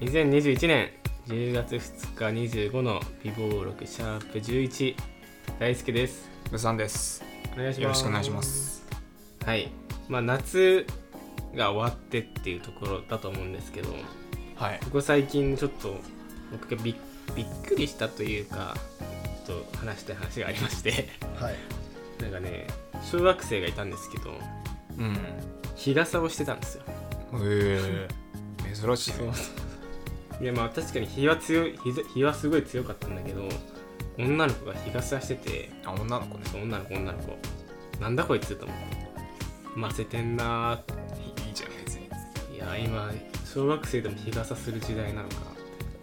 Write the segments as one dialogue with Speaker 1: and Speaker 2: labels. Speaker 1: 2021年10月2日25の美貌録シャープ11大輔です
Speaker 2: ブさんです
Speaker 1: お願いします
Speaker 2: よろしくお願いします
Speaker 1: はいまあ夏が終わってっていうところだと思うんですけど
Speaker 2: はい
Speaker 1: ここ最近ちょっと僕がびっびっくりしたというかちょっと話したい話がありまして
Speaker 3: はい。
Speaker 1: なんかね小学生がいたんですけど
Speaker 2: うんへ
Speaker 1: 日傘をしてたんですよ
Speaker 2: え珍しいね
Speaker 1: いやまあ確かに日は強い日ざ日はすごい強かったんだけど女の子が日傘してて
Speaker 2: あ女の子ね
Speaker 1: 女の子女の子なんだこいつと思ってませてんない
Speaker 2: いいじゃん別に
Speaker 1: いや今小学生でも日傘する時代なのか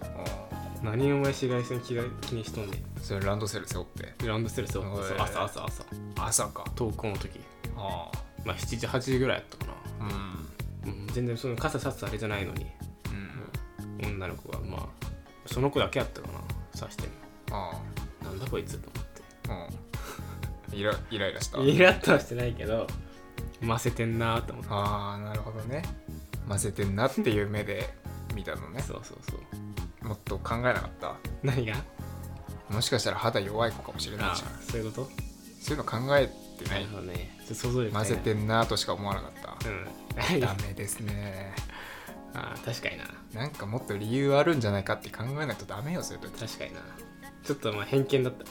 Speaker 2: あ
Speaker 1: 何お前紫外線気が気にしとんね
Speaker 2: ーそれランドセル背負って
Speaker 1: んランドセルそう
Speaker 2: おい
Speaker 1: そう朝朝朝
Speaker 2: 朝か
Speaker 1: 登校の時
Speaker 2: あ
Speaker 1: まあ7時8時ぐらいやったか
Speaker 2: あうん
Speaker 1: な、うん、全然その傘さすあれじゃないのに
Speaker 2: うん
Speaker 1: 女の子がまあその子だけやったかなさしてん
Speaker 2: あ
Speaker 1: のなんだこいつと思って
Speaker 2: あうんイライライラした
Speaker 1: イラッとはしてないけどませてんなーと思って
Speaker 2: ああなるほどね混ぜてんなっていう目で見たのね
Speaker 1: そうそうそう
Speaker 2: もっと考えなかっ
Speaker 1: 何が
Speaker 2: たもしかしたら肌弱い子かもしれ
Speaker 1: あ
Speaker 2: ないじゃん
Speaker 1: あそういうこと
Speaker 2: そういうの考えてな
Speaker 1: ないるほどねちょっと想像力
Speaker 2: 混
Speaker 1: ない
Speaker 2: ぜ
Speaker 1: な
Speaker 2: てんなとしか思わなかった
Speaker 1: うん
Speaker 2: ダメですね
Speaker 1: ああ確かにな
Speaker 2: なんかもっと理由あるんじゃないかって考えないとダメよそういう時
Speaker 1: 確かになちょっとまあ偏見だった
Speaker 2: う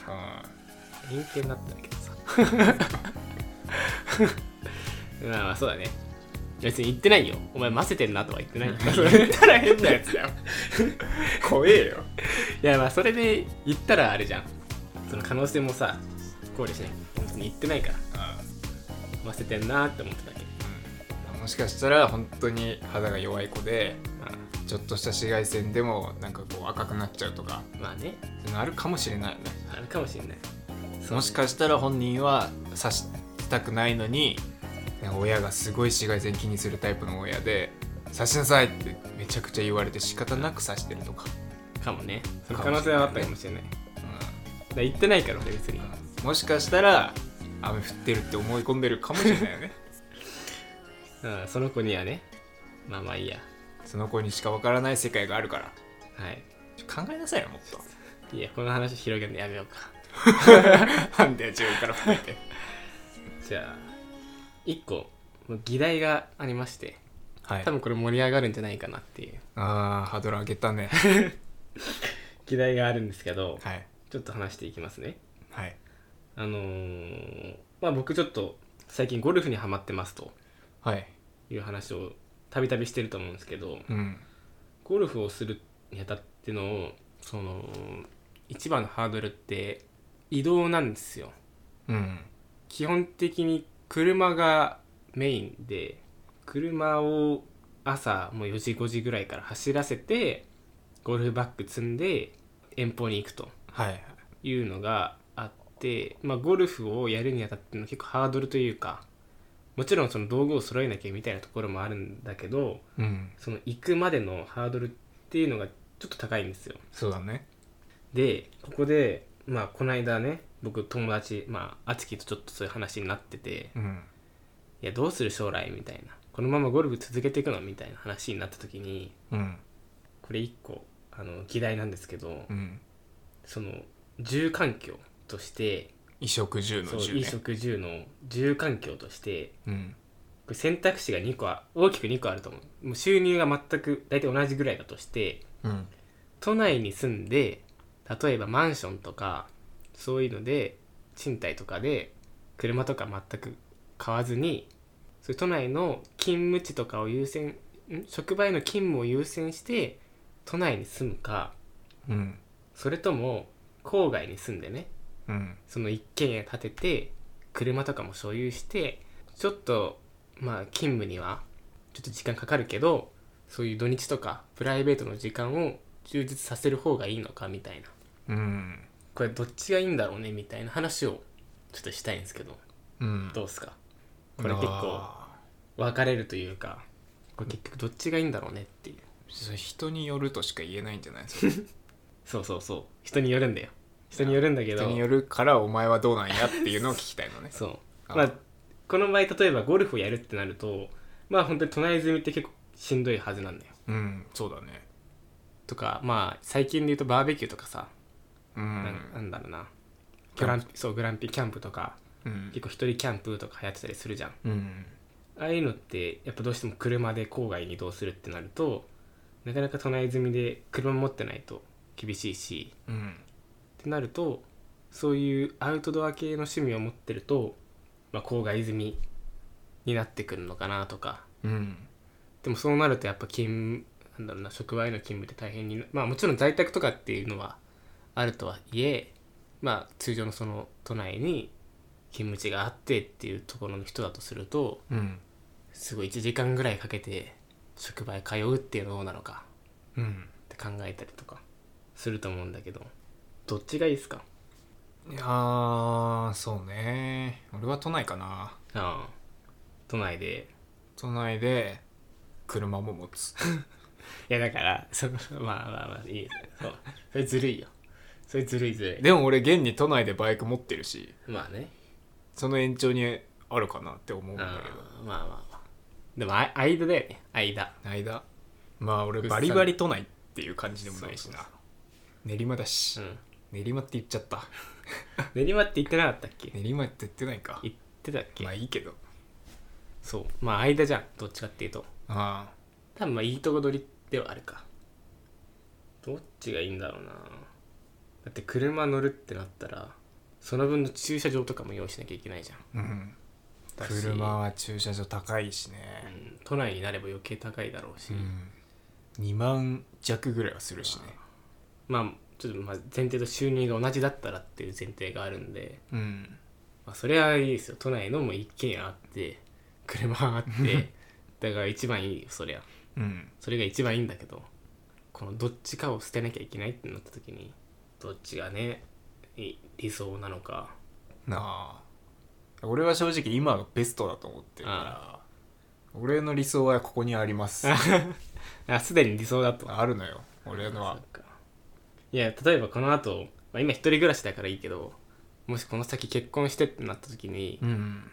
Speaker 1: 偏見だったけどさ まあまあそうだね別に言ってないよお前混ぜてんなとは言って ないよ言ったら変なやつだよ
Speaker 2: ん怖えよ
Speaker 1: いやまあそれで言ったらあれじゃんその可能性もさ考慮しない本当に言ってないから混ぜてんなーって思ってたけど
Speaker 2: うんもしかしたら本当に肌が弱い子で
Speaker 1: まあ
Speaker 2: ちょっとした紫外線でもなんかこう赤くなっちゃうとか
Speaker 1: まあね
Speaker 2: そういうのあるかもしれないよね
Speaker 1: あるかもしれない
Speaker 2: もしかしたら本人は刺したくないのになんか親がすごい紫外線気にするタイプの親で刺しなさいってめちゃくちゃ言われて仕方なく刺してるとか、
Speaker 1: かもねその可能性はあったかもしれない
Speaker 2: う
Speaker 1: だから言ってないから俺別に
Speaker 2: ん、もしかしたら雨降ってるって思い込んでるかもしれないよね
Speaker 1: うんその子にはねまあまあいいや
Speaker 2: その子にしかわからない世界があるから
Speaker 1: はい
Speaker 2: 考えなさいよもっ と
Speaker 1: いやこの話広げるのやめようか
Speaker 2: なんで自分から含めて
Speaker 1: じゃあ1個議題がありまして
Speaker 2: はい
Speaker 1: 多分これ盛り上がるんじゃないかなっていう
Speaker 2: あーハードル上げ たね
Speaker 1: 議題があるんですけど
Speaker 2: はい
Speaker 1: ちょっと話していきますね
Speaker 2: はい
Speaker 1: あのーまあ僕ちょっと最近ゴルフにはまってますと
Speaker 2: はい
Speaker 1: いう話をたびたびしてると思うんですけど
Speaker 2: うん
Speaker 1: ゴルフをするにあたってのその一番のハードルって移動なんですよ
Speaker 2: うん
Speaker 1: 基本的に車がメインで車を朝もう4時5時ぐらいから走らせてゴルフバッグ積んで遠方に行くと
Speaker 2: はい
Speaker 1: いうのがあって、まあ、ゴルフをやるにあたっての結構ハードルというかもちろんその道具を揃えなきゃみたいなところもあるんだけど
Speaker 2: うん
Speaker 1: その行くまでのハードルっていうのがちょっと高いんですよ
Speaker 2: そうだね
Speaker 1: でここでまあこの間ね僕友達まあ敦貴とちょっとそういう話になってて
Speaker 2: うん
Speaker 1: いやどうする将来みたいなこのままゴルフ続けていくのみたいな話になった時に
Speaker 2: うん
Speaker 1: これ1個あの議題なんですけど
Speaker 2: うん
Speaker 1: その住環境として
Speaker 2: 衣食住の
Speaker 1: そう
Speaker 2: 住ね
Speaker 1: 飲食住の住環境として
Speaker 2: うん
Speaker 1: これ選択肢が2個あ大きく2個あると思うもう収入が全く大体同じぐらいだとして
Speaker 2: うん
Speaker 1: 都内に住んで例えばマンションとかそういうので賃貸とかで車とか全く買わずにそういう都内の勤務地とかを優先ん職場への勤務を優先して都内に住むか
Speaker 2: うん
Speaker 1: それとも郊外に住んでね
Speaker 2: うん
Speaker 1: その一軒家建てて車とかも所有してちょっとまあ勤務にはちょっと時間かかるけどそういう土日とかプライベートの時間を充実させる方がいいのかみたいな
Speaker 2: うん
Speaker 1: これどっちがいいんだろうねみたいな話をちょっとしたいんですけど
Speaker 2: うん
Speaker 1: どうですかこれ結構
Speaker 2: あ
Speaker 1: 分かれるというかこれ結局どっちがいいんだろうねっていう
Speaker 2: ーそれ人によるとしか言えないんじゃないですか
Speaker 1: そうそうそう人によるんだよ人によるんだけど
Speaker 2: 人によるからお前はどうなんやっていうのを聞きたいのね
Speaker 1: そう
Speaker 2: あ
Speaker 1: まあこの場合例えばゴルフをやるってなるとまあ本当に都内住みって結構しんどいはずなんだよ
Speaker 2: うんそうだね
Speaker 1: とかまあ最近で言うとバーベキューとかさ、
Speaker 2: う
Speaker 1: なんなんだろうな
Speaker 2: キャンプ
Speaker 1: グランそうグランピキャンプとか
Speaker 2: うん
Speaker 1: 結構一人キャンプとか流行ってたりするじゃん
Speaker 2: うん
Speaker 1: ああいうのってやっぱどうしても車で郊外に移動するってなるとなかなか都内済みで車持ってないと厳しいし
Speaker 2: うん
Speaker 1: ってなるとそういうアウトドア系の趣味を持ってると、まあ、郊外済みになってくるのかなとか
Speaker 2: うん
Speaker 1: でもそうなるとやっぱ勤務なんだろうな職場への勤務って大変になまあもちろん在宅とかっていうのはあるとはいえまあ通常のその都内に勤務地があってっていうところの人だとすると
Speaker 2: うん
Speaker 1: すごい1時間ぐらいかけて職場へ通うっていうのはどうなのか
Speaker 2: うん
Speaker 1: って考えたりとかすると思うんだけどどっちがいいですか
Speaker 2: いやーそうね俺は都内かな
Speaker 1: ああ都内で
Speaker 2: 都内で車も持つ
Speaker 1: いやだからそのまあまあまあいいですねそうそれずるいよそれずるいずる
Speaker 2: でも俺現に都内でバイク持ってるし
Speaker 1: いまあね
Speaker 2: その延長にあるかなって思うんだけど
Speaker 1: あーまあまあまあでもあ間だよね間
Speaker 2: 間まあ俺バリバリ都内っていう感じでもないし
Speaker 1: そうそ
Speaker 2: な練馬だし、
Speaker 1: うん
Speaker 2: 練馬って言っちゃった
Speaker 1: 練馬って言ってなかったっけ
Speaker 2: 練馬って言ってないか
Speaker 1: 言ってたっけ、
Speaker 2: まあいいけど
Speaker 1: そうまあ間じゃんどっちかっていうと
Speaker 2: ああ
Speaker 1: 多分まあいいとこ取りではあるかどっちがいいんだろうなだって車乗るってなったらその分の駐車場とかも用意しなきゃいけないじゃん
Speaker 2: うん
Speaker 1: だし
Speaker 2: 車は駐車場高いし
Speaker 1: う
Speaker 2: ね、
Speaker 1: ん都内になれば余計高いだろうし、
Speaker 2: うん、2万弱ぐらいはするしね
Speaker 1: まあちょっとまあ前提と収入が同じだったらっていう前提があるんで、
Speaker 2: うん
Speaker 1: まあ、それはいいですよ都内のもう一軒家あって車あってだから一番いいよそりゃ
Speaker 2: うん
Speaker 1: それが一番いいんだけどこのどっちかを捨てなきゃいけないってなった時にどっちがねい理想なのか
Speaker 2: なあ俺は正直今がベストだと思ってるから俺の理想はここにあります
Speaker 1: あすでに理想だと
Speaker 2: あるのよ俺
Speaker 1: そ
Speaker 2: のは
Speaker 1: っかいや例えばこの後、まあ今一人暮らしだからいいけどもしこの先結婚してってなった時に
Speaker 2: うん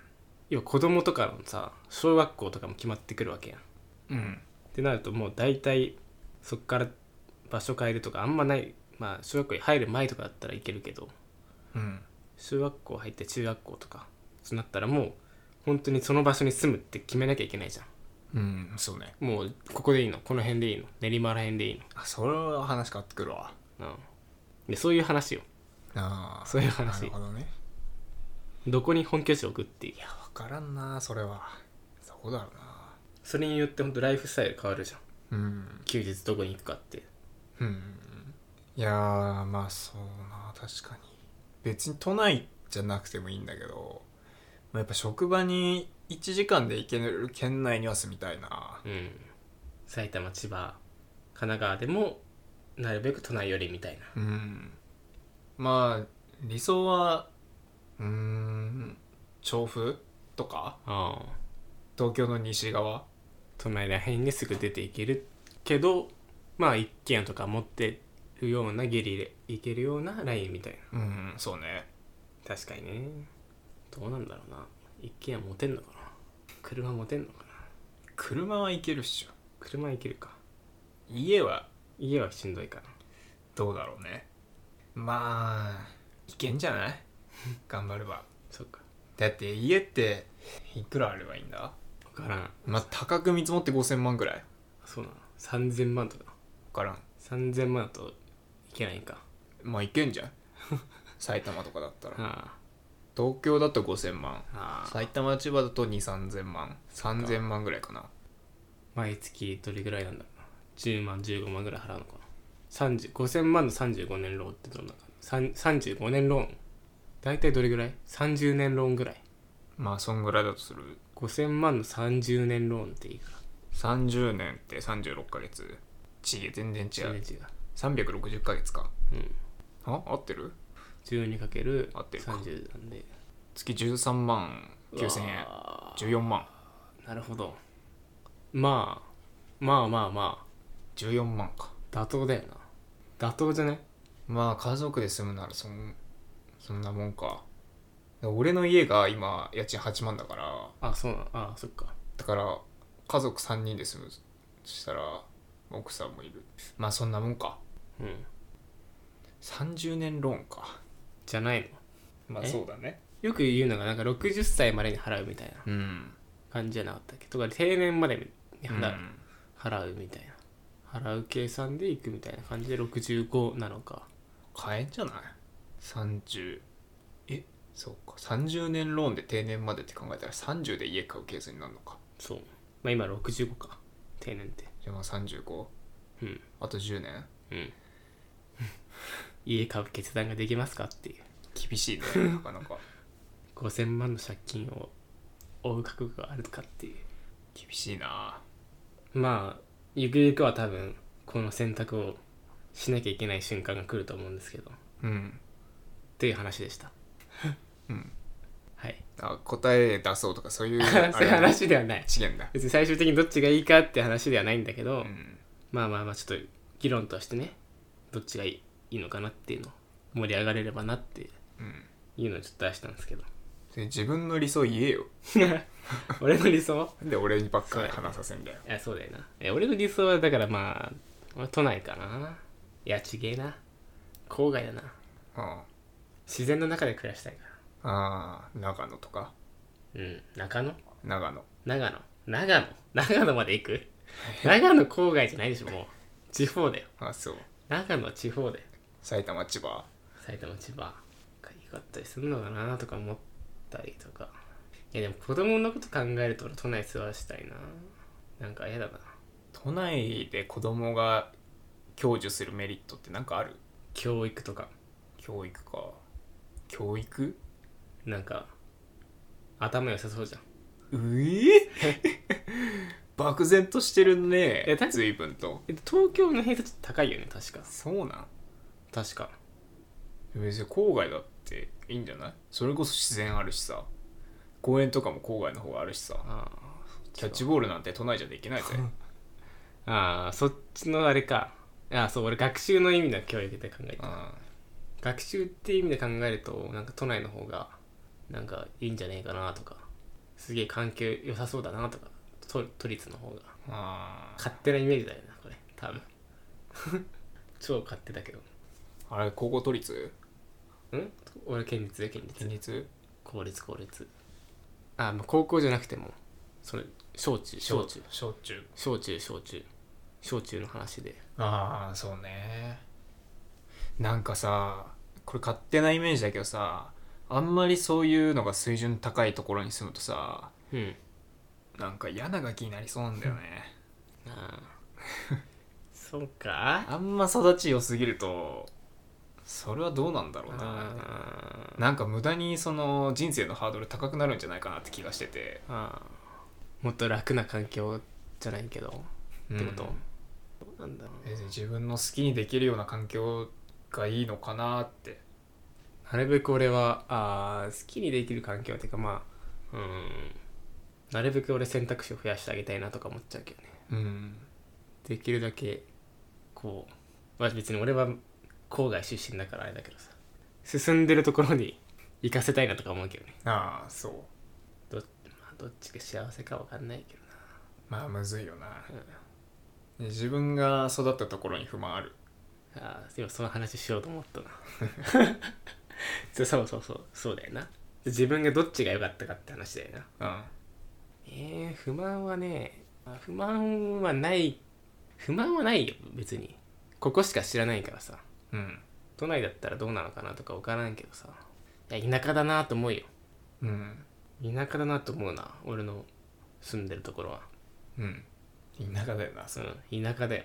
Speaker 1: 要は子供とかのさ小学校とかも決まってくるわけやんっ
Speaker 2: うん
Speaker 1: てなるともう大体そっから場所変えるとかあんまないまあ小学校に入る前とかだったらいけるけど
Speaker 2: うん
Speaker 1: 小学校入って中学校とかそうなったらもう本当にその場所に住むって決めなきゃいけないじゃ
Speaker 2: うんそうね
Speaker 1: んもうここでいいのこの辺でいいの練馬ら辺でいい
Speaker 2: あそれは話変わってくるわ
Speaker 1: の、うん、でそういう話よ
Speaker 2: ああ
Speaker 1: そういう話
Speaker 2: なるほどね
Speaker 1: どこに本拠地を置くっていう
Speaker 2: 分からんなそれはそうだろ
Speaker 1: それによって本当ライフスタイル変わるじゃん
Speaker 2: うなうん
Speaker 1: 休日どこに行くかって
Speaker 2: うんいやーまあそうな確かに別に都内じゃなくてもいいんだけど、まあ、やっぱ職場に1時間で行ける県内には住みたいな
Speaker 1: うん埼玉千葉神奈川でもなるべく都内寄りみたいな
Speaker 2: うんまあ理想はうーん調布とか
Speaker 1: ああ
Speaker 2: 東京の西側
Speaker 1: 都内ら辺にすぐ出ていけるけどまあ一軒家とか持ってるようなゲリで行けるようなラインみたいな
Speaker 2: うんそうね
Speaker 1: 確かにねどうなんだろうな一軒家持てんのかな車持てんのかな
Speaker 2: 車は行けるっしょ
Speaker 1: 車行けるか
Speaker 2: 家は
Speaker 1: 家はしんどいかな
Speaker 2: どうだろうねまあいけんじゃない頑張れば
Speaker 1: そっか
Speaker 2: だって家っていくらあればいいんだ
Speaker 1: 分からん
Speaker 2: まあ高く見積もって5000万ぐらい分
Speaker 1: そうなの3000万とか
Speaker 2: からん
Speaker 1: 3000万だといけないんか
Speaker 2: まあいけんじゃん 埼玉とかだったら
Speaker 1: あ
Speaker 2: 東京だと5000万
Speaker 1: あああ
Speaker 2: 埼玉千葉だと2 3 0 0 0万3000万ぐらいかな
Speaker 1: 毎月どれぐらいなんだろうな10万15万ぐらい払うのかな30 5000万の35年ローンってどんな感じさん35年ローン大体どれぐらい ?30 年ローンぐらい
Speaker 2: まあそんぐらいだとする
Speaker 1: 5000万の30年ローンっていいか
Speaker 2: 30年って36ヶ月ちげ全然違
Speaker 1: ら
Speaker 2: う
Speaker 1: 違う
Speaker 2: 360ヶ月か
Speaker 1: うん
Speaker 2: あ合ってる
Speaker 1: 12×30
Speaker 2: 合ってるか
Speaker 1: なんで
Speaker 2: 月13万9000円
Speaker 1: わ
Speaker 2: 14万
Speaker 1: ーなるほどまあまあまあま
Speaker 2: 14万か
Speaker 1: あ妥当だよな妥当じゃね
Speaker 2: まあ家族で住むならそんそんなもんか俺の家が今家賃8万だから
Speaker 1: あそうなのあそっか
Speaker 2: だから家族3人で住むとしたら奥さんもいるまあそんなもんか
Speaker 1: うん
Speaker 2: 30年ローンか
Speaker 1: じゃないの
Speaker 2: まあ
Speaker 1: え
Speaker 2: そうだね
Speaker 1: よく言うのがなんか60歳までに払うみたいな
Speaker 2: うん
Speaker 1: 感じじゃなかったっけとか定年までに
Speaker 2: うん
Speaker 1: 払う,、払うみたいな払う計算でいくみたいな感じで65なのか
Speaker 2: 買えんじゃない30えそうか30年ローンで定年までって考えたら30で家買うケースになるのか
Speaker 1: そうまあ今65か定年って
Speaker 2: じゃあまあ 35?
Speaker 1: うん
Speaker 2: あと10年
Speaker 1: うん家買う決断ができますかっていう
Speaker 2: 厳しいねなかな か
Speaker 1: 5000万の借金を負う覚悟があるかっていう
Speaker 2: 厳しいな
Speaker 1: まあゆくゆくは多分この選択をしなきゃいけない瞬間が来ると思うんですけどっ
Speaker 2: うん
Speaker 1: ていう話でした
Speaker 2: うん
Speaker 1: はい
Speaker 2: あ答え出そうとか そういう あ
Speaker 1: そういう
Speaker 2: れ
Speaker 1: 話ではない
Speaker 2: 資源だ
Speaker 1: 別に最終的にどっちがいいかって話ではないんだけど、
Speaker 2: うん
Speaker 1: まあまあまあちょっと議論としてねどっちがいいいいのかなっていうのを盛り上がれればなって
Speaker 2: うん
Speaker 1: いうのをちょっと出したんですけど
Speaker 2: それ自分の理想言えよ
Speaker 1: 俺の理想
Speaker 2: なんで俺にばっかり話させんだよ
Speaker 1: いやそうだよなえ俺の理想はだからまあ俺都内かないやちげえな郊外だな
Speaker 2: あ
Speaker 1: 自然の中で暮らしたいか
Speaker 2: ああ長野とから
Speaker 1: うん中野
Speaker 2: 長野
Speaker 1: 長野長野 長野まで行く長野郊外じゃないでしょもう地方だよ
Speaker 2: あそう
Speaker 1: 長野は地方だよ
Speaker 2: 埼玉千葉
Speaker 1: 埼玉千葉が良かったりするのかなとか思ったりとかいやでも子供のこと考えると俺都内座らしたいななんか嫌だな
Speaker 2: 都内で子供が享受するメリットってなんかある
Speaker 1: 教育とか
Speaker 2: 教育か教育
Speaker 1: なんか頭良さそうじゃん
Speaker 2: うえ 漠然としてるね
Speaker 1: えだって
Speaker 2: 随分と
Speaker 1: え東京の偏差値高いよね確か
Speaker 2: そうなん
Speaker 1: 確か
Speaker 2: 別に郊外だっていいんじゃないそれこそ自然あるしさ公園とかも郊外の方があるしさ
Speaker 1: ああ
Speaker 2: キャッチボールなんて都内じゃできないぜ
Speaker 1: ああそっちのあれかああそう俺学習の意味の教育で考え
Speaker 2: う
Speaker 1: た
Speaker 2: ん
Speaker 1: 学習っていう意味で考えるとなんか都内の方がなんかいいんじゃねえかなとかすげえ環境良さそうだなとか都都立の方が
Speaker 2: あー
Speaker 1: 勝手なイメージだよなこれ多分 超勝手だけど
Speaker 2: あれ高校都立
Speaker 1: ん俺県立だよ県立
Speaker 2: 県立
Speaker 1: 公立公立あまあ高校じゃなくてもそれ小中小中
Speaker 2: 小中
Speaker 1: 小中小中小中の話で
Speaker 2: ああそうねなんかさこれ勝手なイメージだけどさあんまりそういうのが水準高いところに住むとさ
Speaker 1: うん
Speaker 2: なんか嫌なガキになりそうなんだよね
Speaker 1: ああ そうか
Speaker 2: あんま育ち良すぎるとそれはどうなんだろうな
Speaker 1: あ
Speaker 2: なんか無駄にその人生のハードル高くなるんじゃないかなって気がしてて
Speaker 1: あーもっと楽な環境じゃないけど
Speaker 2: っ
Speaker 1: ってこと、どうなんだろうね
Speaker 2: 別に自分の好きにできるような環境がいいのかなって
Speaker 1: なるべく俺はあー好きにできる環境っていうかまあうんなるべく俺選択肢を増やしてあげたいなとか思っちゃうけどね
Speaker 2: うん
Speaker 1: できるだけこう、まあ、別に俺は郊外出身だからあれだけどさ進んでるところに行かせたいなとか思うけどね
Speaker 2: ああそう
Speaker 1: まあどっちが幸せかわかんないけど
Speaker 2: まあむずいよな、で自分が育ったところに不満ある
Speaker 1: なあー今その話しようと思 ったなそうそうそうそうそうだよな自分がどっちが良かったかって話だよな
Speaker 2: うん
Speaker 1: えー、不満はねあ不満はない不満はないよ別にここしか知らないからさ
Speaker 2: うん
Speaker 1: 都内だったらどうなのかなとか分からんけどさいや田舎だなと思うよ
Speaker 2: うん
Speaker 1: 田舎だなと思うな俺の住んでるところは
Speaker 2: うん田舎だよなそれ
Speaker 1: うん田舎だよ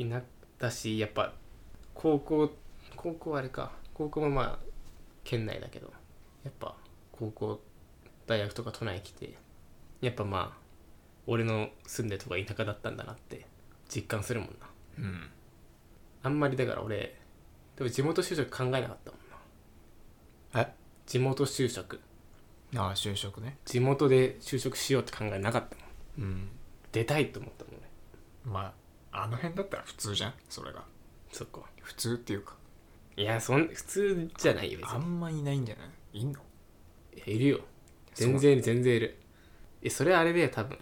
Speaker 1: 田舎だしやっぱ高校高校はあれか高校もまあ県内だけどやっぱ高校大学とか都内来てやっぱまあ俺の住んでるとこが田舎だったんだなって実感するもんな
Speaker 2: うん
Speaker 1: あんまりだから俺でも地元就職考えなかったもんな
Speaker 2: え
Speaker 1: 地元就職
Speaker 2: ああ就職ね
Speaker 1: 地元で就職しようって考えなかったもん
Speaker 2: うん
Speaker 1: 出たいと思ったもんね
Speaker 2: まああの辺だったら普通じゃんそれが
Speaker 1: そっか
Speaker 2: 普通っていうか
Speaker 1: いやそん普通じゃないよ別
Speaker 2: あんまいないんじゃないいんの
Speaker 1: にいやいるよ全然いる全然いるえそれあれで多分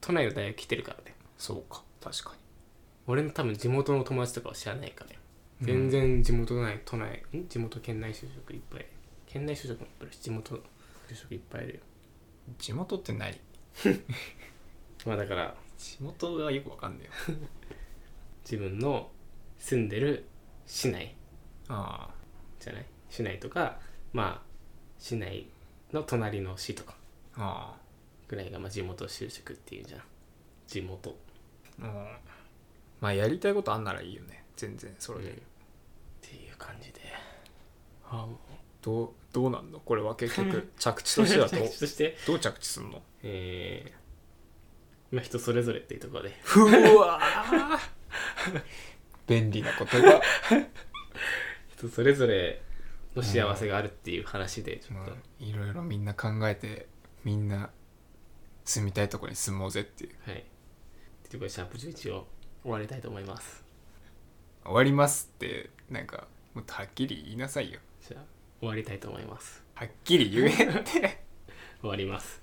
Speaker 1: 都内の大学来てるからね
Speaker 2: そうか確か
Speaker 1: 俺の多分地元の友達とかは知らないからよ
Speaker 2: う
Speaker 1: 全
Speaker 2: ん
Speaker 1: 然地元内都内ん地元県内就職いっぱい県内就職もいっぱいいるし地元就職いっぱいいるよ
Speaker 2: 地元って何
Speaker 1: まあだから
Speaker 2: 地元がよくわかんねえよ
Speaker 1: 自分の住んでる市内
Speaker 2: ああ
Speaker 1: じゃない市内とかまあ市内の隣の市とか
Speaker 2: あ
Speaker 1: ぐらいがまあ地元就職っていうじゃん地元
Speaker 2: あうんまあやりたいことあんならいいよね全然それで、
Speaker 1: うんっていう感じであ
Speaker 2: どうどうなんのこれは結 局着地としてはど う
Speaker 1: そして
Speaker 2: どう着地すんの
Speaker 1: えー、まあ人それぞれっていうところで
Speaker 2: ふわー 便利な言 葉
Speaker 1: 人それぞれの幸せがあるっていう話でちょっと、
Speaker 2: まあいろいろみんな考えてみんな住みたいとこに住もうぜっていう
Speaker 1: はいということでシャープ11を終わりたいと思います
Speaker 2: 終わりますってなんかもっとはっきり言いなさいよ
Speaker 1: じゃあ終わりたいと思います
Speaker 2: はっきり言えって
Speaker 1: 終わります